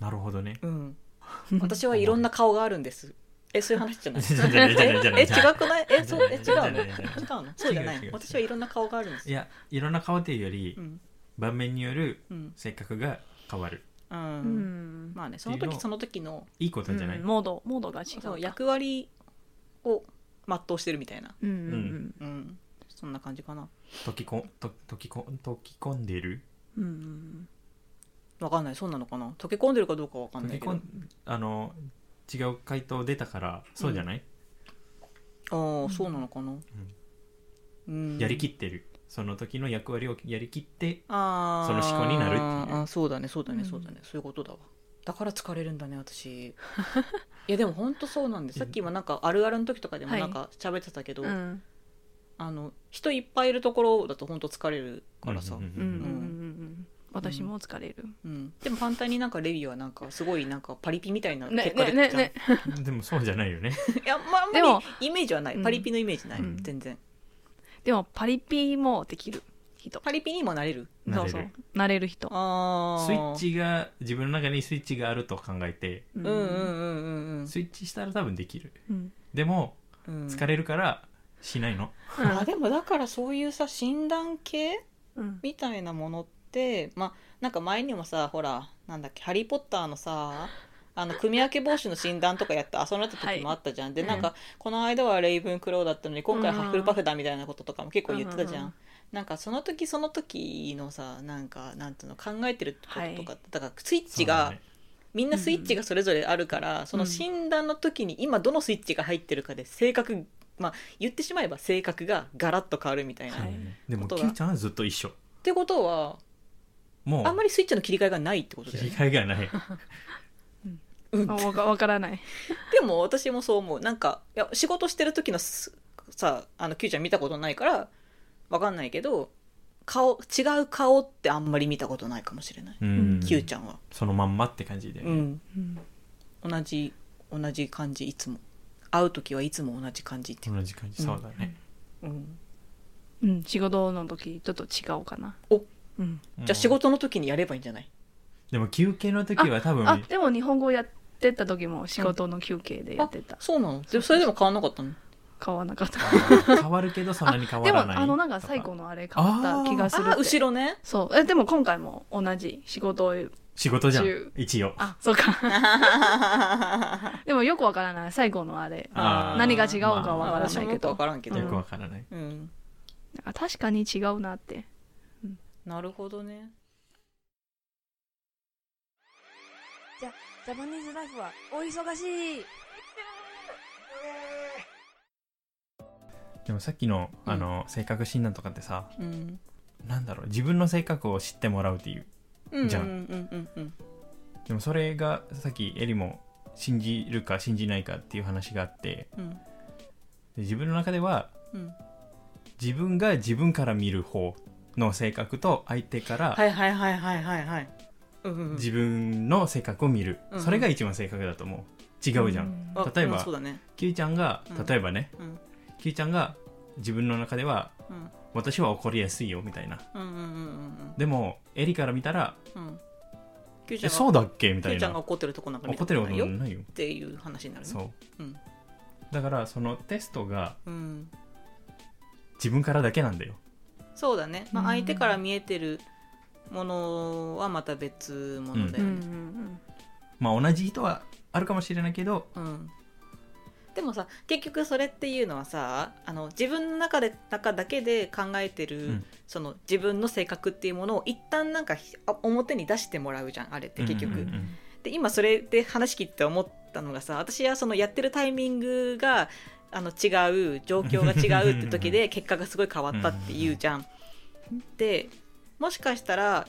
Speaker 5: なるほどね
Speaker 2: うん私はいろんな顔があるんですえそういう話じ ゃない
Speaker 5: じゃないじゃないじゃない
Speaker 2: え違くないえそうえ違
Speaker 5: じゃな
Speaker 2: う
Speaker 5: い
Speaker 2: の違う
Speaker 5: じゃない
Speaker 2: のそうじゃな
Speaker 5: 違う違う
Speaker 2: い
Speaker 5: 違う
Speaker 2: 私はいろんな顔があるんです
Speaker 5: いやいろんな顔っていうより
Speaker 2: うん
Speaker 5: 場面による
Speaker 2: うん
Speaker 5: 性格が変わる
Speaker 2: う
Speaker 4: うんん
Speaker 2: まあねその時その時の
Speaker 5: いいことじゃない、
Speaker 4: うんモードモードが違う
Speaker 2: そう
Speaker 4: か
Speaker 2: 役割を全うしてるみたいな
Speaker 4: うんうん
Speaker 2: うんそんな感じかな
Speaker 5: 溶きこんと溶きこん溶き込んでる
Speaker 4: うんうん
Speaker 2: わかんないそうなのかな溶け込んでるかどうかわかん
Speaker 5: 溶
Speaker 2: な
Speaker 5: き
Speaker 2: いけ
Speaker 5: 込
Speaker 2: ど
Speaker 5: んあの違う回答出たからそうじゃない、
Speaker 2: ああそうなのかなうん
Speaker 5: やりきってるその時の役割をやりきって
Speaker 2: あー
Speaker 5: その思考になるっていう
Speaker 2: あーそうだねそうだね
Speaker 4: うん
Speaker 2: そうだね、そういうことだわだから疲れるんだね私いやでもほんとそうなんでさっきもなんかあるあるの時とかでも
Speaker 4: はい
Speaker 2: なんか喋ってたけど、
Speaker 4: うん
Speaker 2: あの人いっぱいいるところだとほんと疲れるからさ、
Speaker 5: うんうん
Speaker 4: うんうんうんうん私も疲れる
Speaker 2: うんでも反対になんかレビューはなんかすごいなんかパリピみたいな結
Speaker 4: ね
Speaker 2: 果
Speaker 4: ね
Speaker 2: 出て
Speaker 4: ね
Speaker 2: きた、ね
Speaker 4: ね
Speaker 5: うんでもそうじゃないよね
Speaker 2: いや、まあ、あん
Speaker 4: で
Speaker 2: ま
Speaker 4: も
Speaker 2: りイメージはない
Speaker 4: うん
Speaker 2: パリピのイメージない、
Speaker 5: うん
Speaker 2: 全然
Speaker 4: でもパリピもできる人
Speaker 2: パリピにもなれる
Speaker 5: な
Speaker 4: そ
Speaker 5: れ
Speaker 4: う
Speaker 5: る
Speaker 4: そうなれる人
Speaker 2: ああ
Speaker 5: スイッチが自分の中にスイッチがあると考えて
Speaker 2: う
Speaker 4: う
Speaker 2: んうんうんうん
Speaker 5: スイッチしたら多分できる
Speaker 4: うん
Speaker 5: でも
Speaker 2: うん
Speaker 5: 疲れるからしないの、
Speaker 2: あでもだからそういうさ診断系
Speaker 4: うん
Speaker 2: みたいなものってまあなんか前にもさほらなんだっけ「ハリー・ポッター」のさあの組み分け防止の診断とかや って遊んでた時もあったじゃん、で
Speaker 4: うん
Speaker 2: なんか、この間はレイブンクローだったのに今回は
Speaker 4: うん
Speaker 2: ハッフルパフだみたいなこととかも結構言ってたじゃん、
Speaker 4: うん
Speaker 2: なんかその時その時のさなんかなんていうの考えてることとか、
Speaker 4: は
Speaker 2: だからスイッチ
Speaker 5: そうだ
Speaker 2: が、
Speaker 5: ね
Speaker 2: みんなスイッチがそれぞれあるから、その診断の時に今どのスイッチが入ってるかで性格まあ言ってしまえば性格がガラッと変わるみたいな。
Speaker 5: そうだ
Speaker 2: っ
Speaker 5: ねでも
Speaker 2: こと
Speaker 5: キ
Speaker 2: が
Speaker 5: ュちゃんはずっと一緒
Speaker 2: てことは
Speaker 5: もう
Speaker 2: あんまりスイッチの切り替えがないってことだ
Speaker 5: 切
Speaker 2: よ
Speaker 5: り
Speaker 2: ね。
Speaker 5: 替えがない
Speaker 2: うん
Speaker 4: あわかわからない
Speaker 2: でも私もそう思うなんかいや仕事してる時のすさあの Q ちゃん見たことないからわかんないけど顔違う顔ってあんまり見たことないかもしれない、
Speaker 5: うん
Speaker 2: キューちゃんは
Speaker 5: そのまんまって感じで、
Speaker 2: うん
Speaker 4: うん
Speaker 2: 同じ同じ感じいつも会う時はいつも同じ感じっていう、
Speaker 5: 同じ感じそうだね、
Speaker 2: うん
Speaker 4: うん、仕事の時ちょっと違うかな
Speaker 2: お
Speaker 4: うん、
Speaker 2: じゃあ仕事の時にやればいいんじゃない
Speaker 5: でも休憩の時は多分
Speaker 4: あでも日本語やってた時も仕事の休憩でやってた、
Speaker 2: そうなのでもそれでも変わんなかったの
Speaker 4: 買わなかった
Speaker 5: 変わるけどそんなに 変わ
Speaker 4: でも
Speaker 5: らない
Speaker 4: あのなんか最後のあれ買った気がする
Speaker 2: あ
Speaker 4: って
Speaker 2: 後ろね
Speaker 4: そうえでも今回も同じ仕事を
Speaker 5: 仕事じゃん
Speaker 4: 中
Speaker 5: 一応
Speaker 4: あそうか でもよくわからない最後のあれ
Speaker 5: あー
Speaker 4: 何が違うか わ
Speaker 5: まあ
Speaker 4: からない
Speaker 2: 私もよくわからんけど、
Speaker 5: よくわからない、
Speaker 2: うん、
Speaker 4: なんか確かに違うなって
Speaker 2: なるほどね
Speaker 6: ジャパニーズライフは大忙しい
Speaker 5: でもさっきの
Speaker 2: うん
Speaker 5: あの、性格診断とかってさ
Speaker 2: うん
Speaker 5: なんだろう自分の性格を知ってもらうっていう
Speaker 2: うん
Speaker 5: じゃあ
Speaker 2: うんうんうんうん
Speaker 5: でもそれがさっきエリも信じるか信じないかっていう話があって
Speaker 2: うん
Speaker 5: で自分の中では
Speaker 2: うん
Speaker 5: 自分が自分から見る方の性格と相手から
Speaker 2: はいはいはいはいはいはいうんうんうん
Speaker 5: 自分の性格を見る、
Speaker 2: うん
Speaker 5: それが一番性格だと思う違うじゃん、
Speaker 2: あ
Speaker 5: 例えば
Speaker 2: うんそうだね
Speaker 5: キューちゃんが
Speaker 2: うん
Speaker 5: 例えばね、
Speaker 2: うん
Speaker 5: キューちゃんが自分の中では
Speaker 2: うん
Speaker 5: 私は怒りやすいよみたいな
Speaker 2: うんうんうん
Speaker 5: でもエリから見たら
Speaker 2: うんうんキューち
Speaker 5: え
Speaker 2: ゃんが
Speaker 5: そうだっけみ
Speaker 2: キ
Speaker 5: た
Speaker 2: ュ
Speaker 5: い
Speaker 2: ーちゃん
Speaker 5: な
Speaker 2: が怒ってるとこなんか見
Speaker 5: 怒
Speaker 2: た
Speaker 5: って
Speaker 2: こ
Speaker 5: る
Speaker 2: とな
Speaker 5: こと
Speaker 2: いよっ
Speaker 5: ないよ
Speaker 2: ていう話になるね
Speaker 5: そ
Speaker 2: う
Speaker 5: う、
Speaker 2: ん
Speaker 5: だからそのテストが
Speaker 2: うん
Speaker 5: 自分からだけなんだよ
Speaker 2: そうだね、まあ、
Speaker 4: うん
Speaker 2: 相手から見えてるものはまた別ものだ
Speaker 4: う
Speaker 2: よ
Speaker 4: ん
Speaker 2: ね、
Speaker 5: まあ同じ人はあるかもしれないけど
Speaker 2: うんでもさ結局それっていうのはさあの自分の中で中だけで考えてる、
Speaker 5: うん
Speaker 2: その自分の性格っていうものを一旦なんかひあ表に出してもらうじゃんあれって結局。
Speaker 5: うんうんうん
Speaker 2: で今それで話聞いて思ったのがさ私はそのやってるタイミングがあの違う状況が違うって時で結果がすごい変わったって言うじゃん。でもしかしたら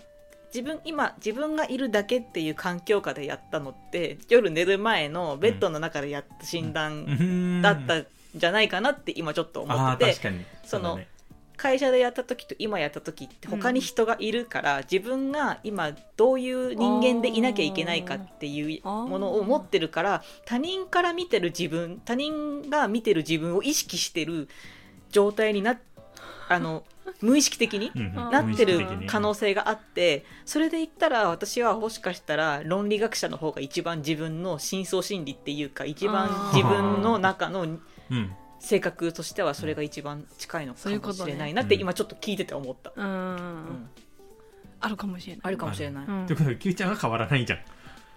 Speaker 2: 自分今自分がいるだけっていう環境下でやったのって夜寝る前のベッドの中でやった診断
Speaker 5: うん
Speaker 2: だったんじゃないかなって今ちょっと思
Speaker 5: あ
Speaker 2: っ
Speaker 5: ー
Speaker 2: て
Speaker 5: 確
Speaker 2: て
Speaker 5: かに
Speaker 2: その
Speaker 5: うだね
Speaker 2: 会社でやった時と今やった時って他に人がいるから、自分が今どういう人間でいなきゃいけないかっていう
Speaker 4: あー
Speaker 2: ものを持ってるから他人から見てる自分他人が見てる自分を意識してる状態になっあ の無意識的に
Speaker 5: うんうん
Speaker 2: なって
Speaker 5: 無意識
Speaker 2: る
Speaker 5: 的に
Speaker 2: 可能性があってそれで言ったら私はもしかしたら論理学者の方が一番自分の深層心理っていうか一番
Speaker 4: あ
Speaker 5: ー
Speaker 2: 自分の中の
Speaker 5: うん
Speaker 2: 性格としてはそれが一番近いのか
Speaker 4: そういうこ
Speaker 2: も
Speaker 4: と
Speaker 2: し
Speaker 4: ね
Speaker 2: れないなって
Speaker 5: うん
Speaker 2: 今ちょっと聞いてて思った、
Speaker 4: うんうん
Speaker 2: うん
Speaker 4: あるかもしれない
Speaker 2: あるかもしれない
Speaker 4: うん
Speaker 5: ということでキューちゃんは変わらないじゃん
Speaker 2: だか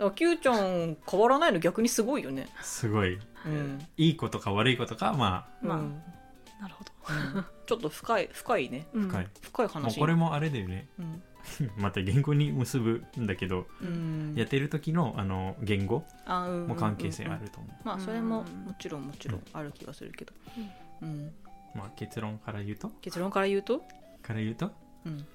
Speaker 2: ら Q ちゃん変わらないの逆にすごいよね
Speaker 5: すごい
Speaker 2: うん、
Speaker 5: いいことか悪いことかま
Speaker 4: まあ
Speaker 2: うん
Speaker 4: なるほど、
Speaker 2: ちょっと深い深いね
Speaker 4: うん
Speaker 5: あ深
Speaker 2: 深い
Speaker 5: い、もう
Speaker 2: 話
Speaker 5: これもあれだよね
Speaker 2: うん
Speaker 5: また言語に結ぶんだけど、
Speaker 2: うん
Speaker 5: やってる時のあの言語
Speaker 2: あうん
Speaker 5: も関係性あ
Speaker 2: うんうん
Speaker 5: ると思う,、
Speaker 2: まあそれも
Speaker 4: うん
Speaker 2: もちろんもちろんある気がするけど、うん、
Speaker 5: まあ、結論から言うと
Speaker 2: 結論から言うと、
Speaker 5: から言うと
Speaker 2: うん、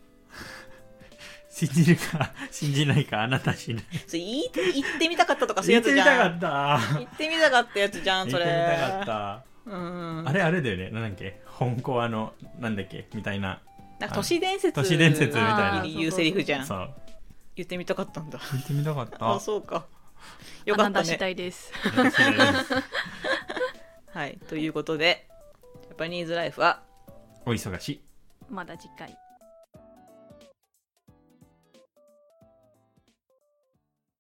Speaker 5: 信じるか 信じないかあなた次第
Speaker 2: それ言いて言ってみたかったとかそうい
Speaker 5: 言
Speaker 2: う
Speaker 5: って
Speaker 2: やつじ
Speaker 5: みたか
Speaker 2: ゃん
Speaker 5: った
Speaker 2: 言ってみたかったやつじゃ
Speaker 5: 言
Speaker 2: ん
Speaker 5: って
Speaker 2: そ
Speaker 5: み
Speaker 2: れ
Speaker 5: たかった
Speaker 2: うん
Speaker 5: あれあれだよねなんだっけ本校あのなんだっけみたいな
Speaker 2: なんか都市伝説
Speaker 5: 都市伝説みたい
Speaker 4: な
Speaker 2: 言うセリフじゃん
Speaker 5: そう
Speaker 2: 言ってみたかったんだ
Speaker 5: 言ってみたかった
Speaker 2: あそうかよか
Speaker 4: あ
Speaker 2: った
Speaker 4: なた次
Speaker 2: ね
Speaker 4: 第です
Speaker 5: ね綺麗です
Speaker 2: はいということでジャパニーズライフは
Speaker 5: お忙しい
Speaker 4: まだ次回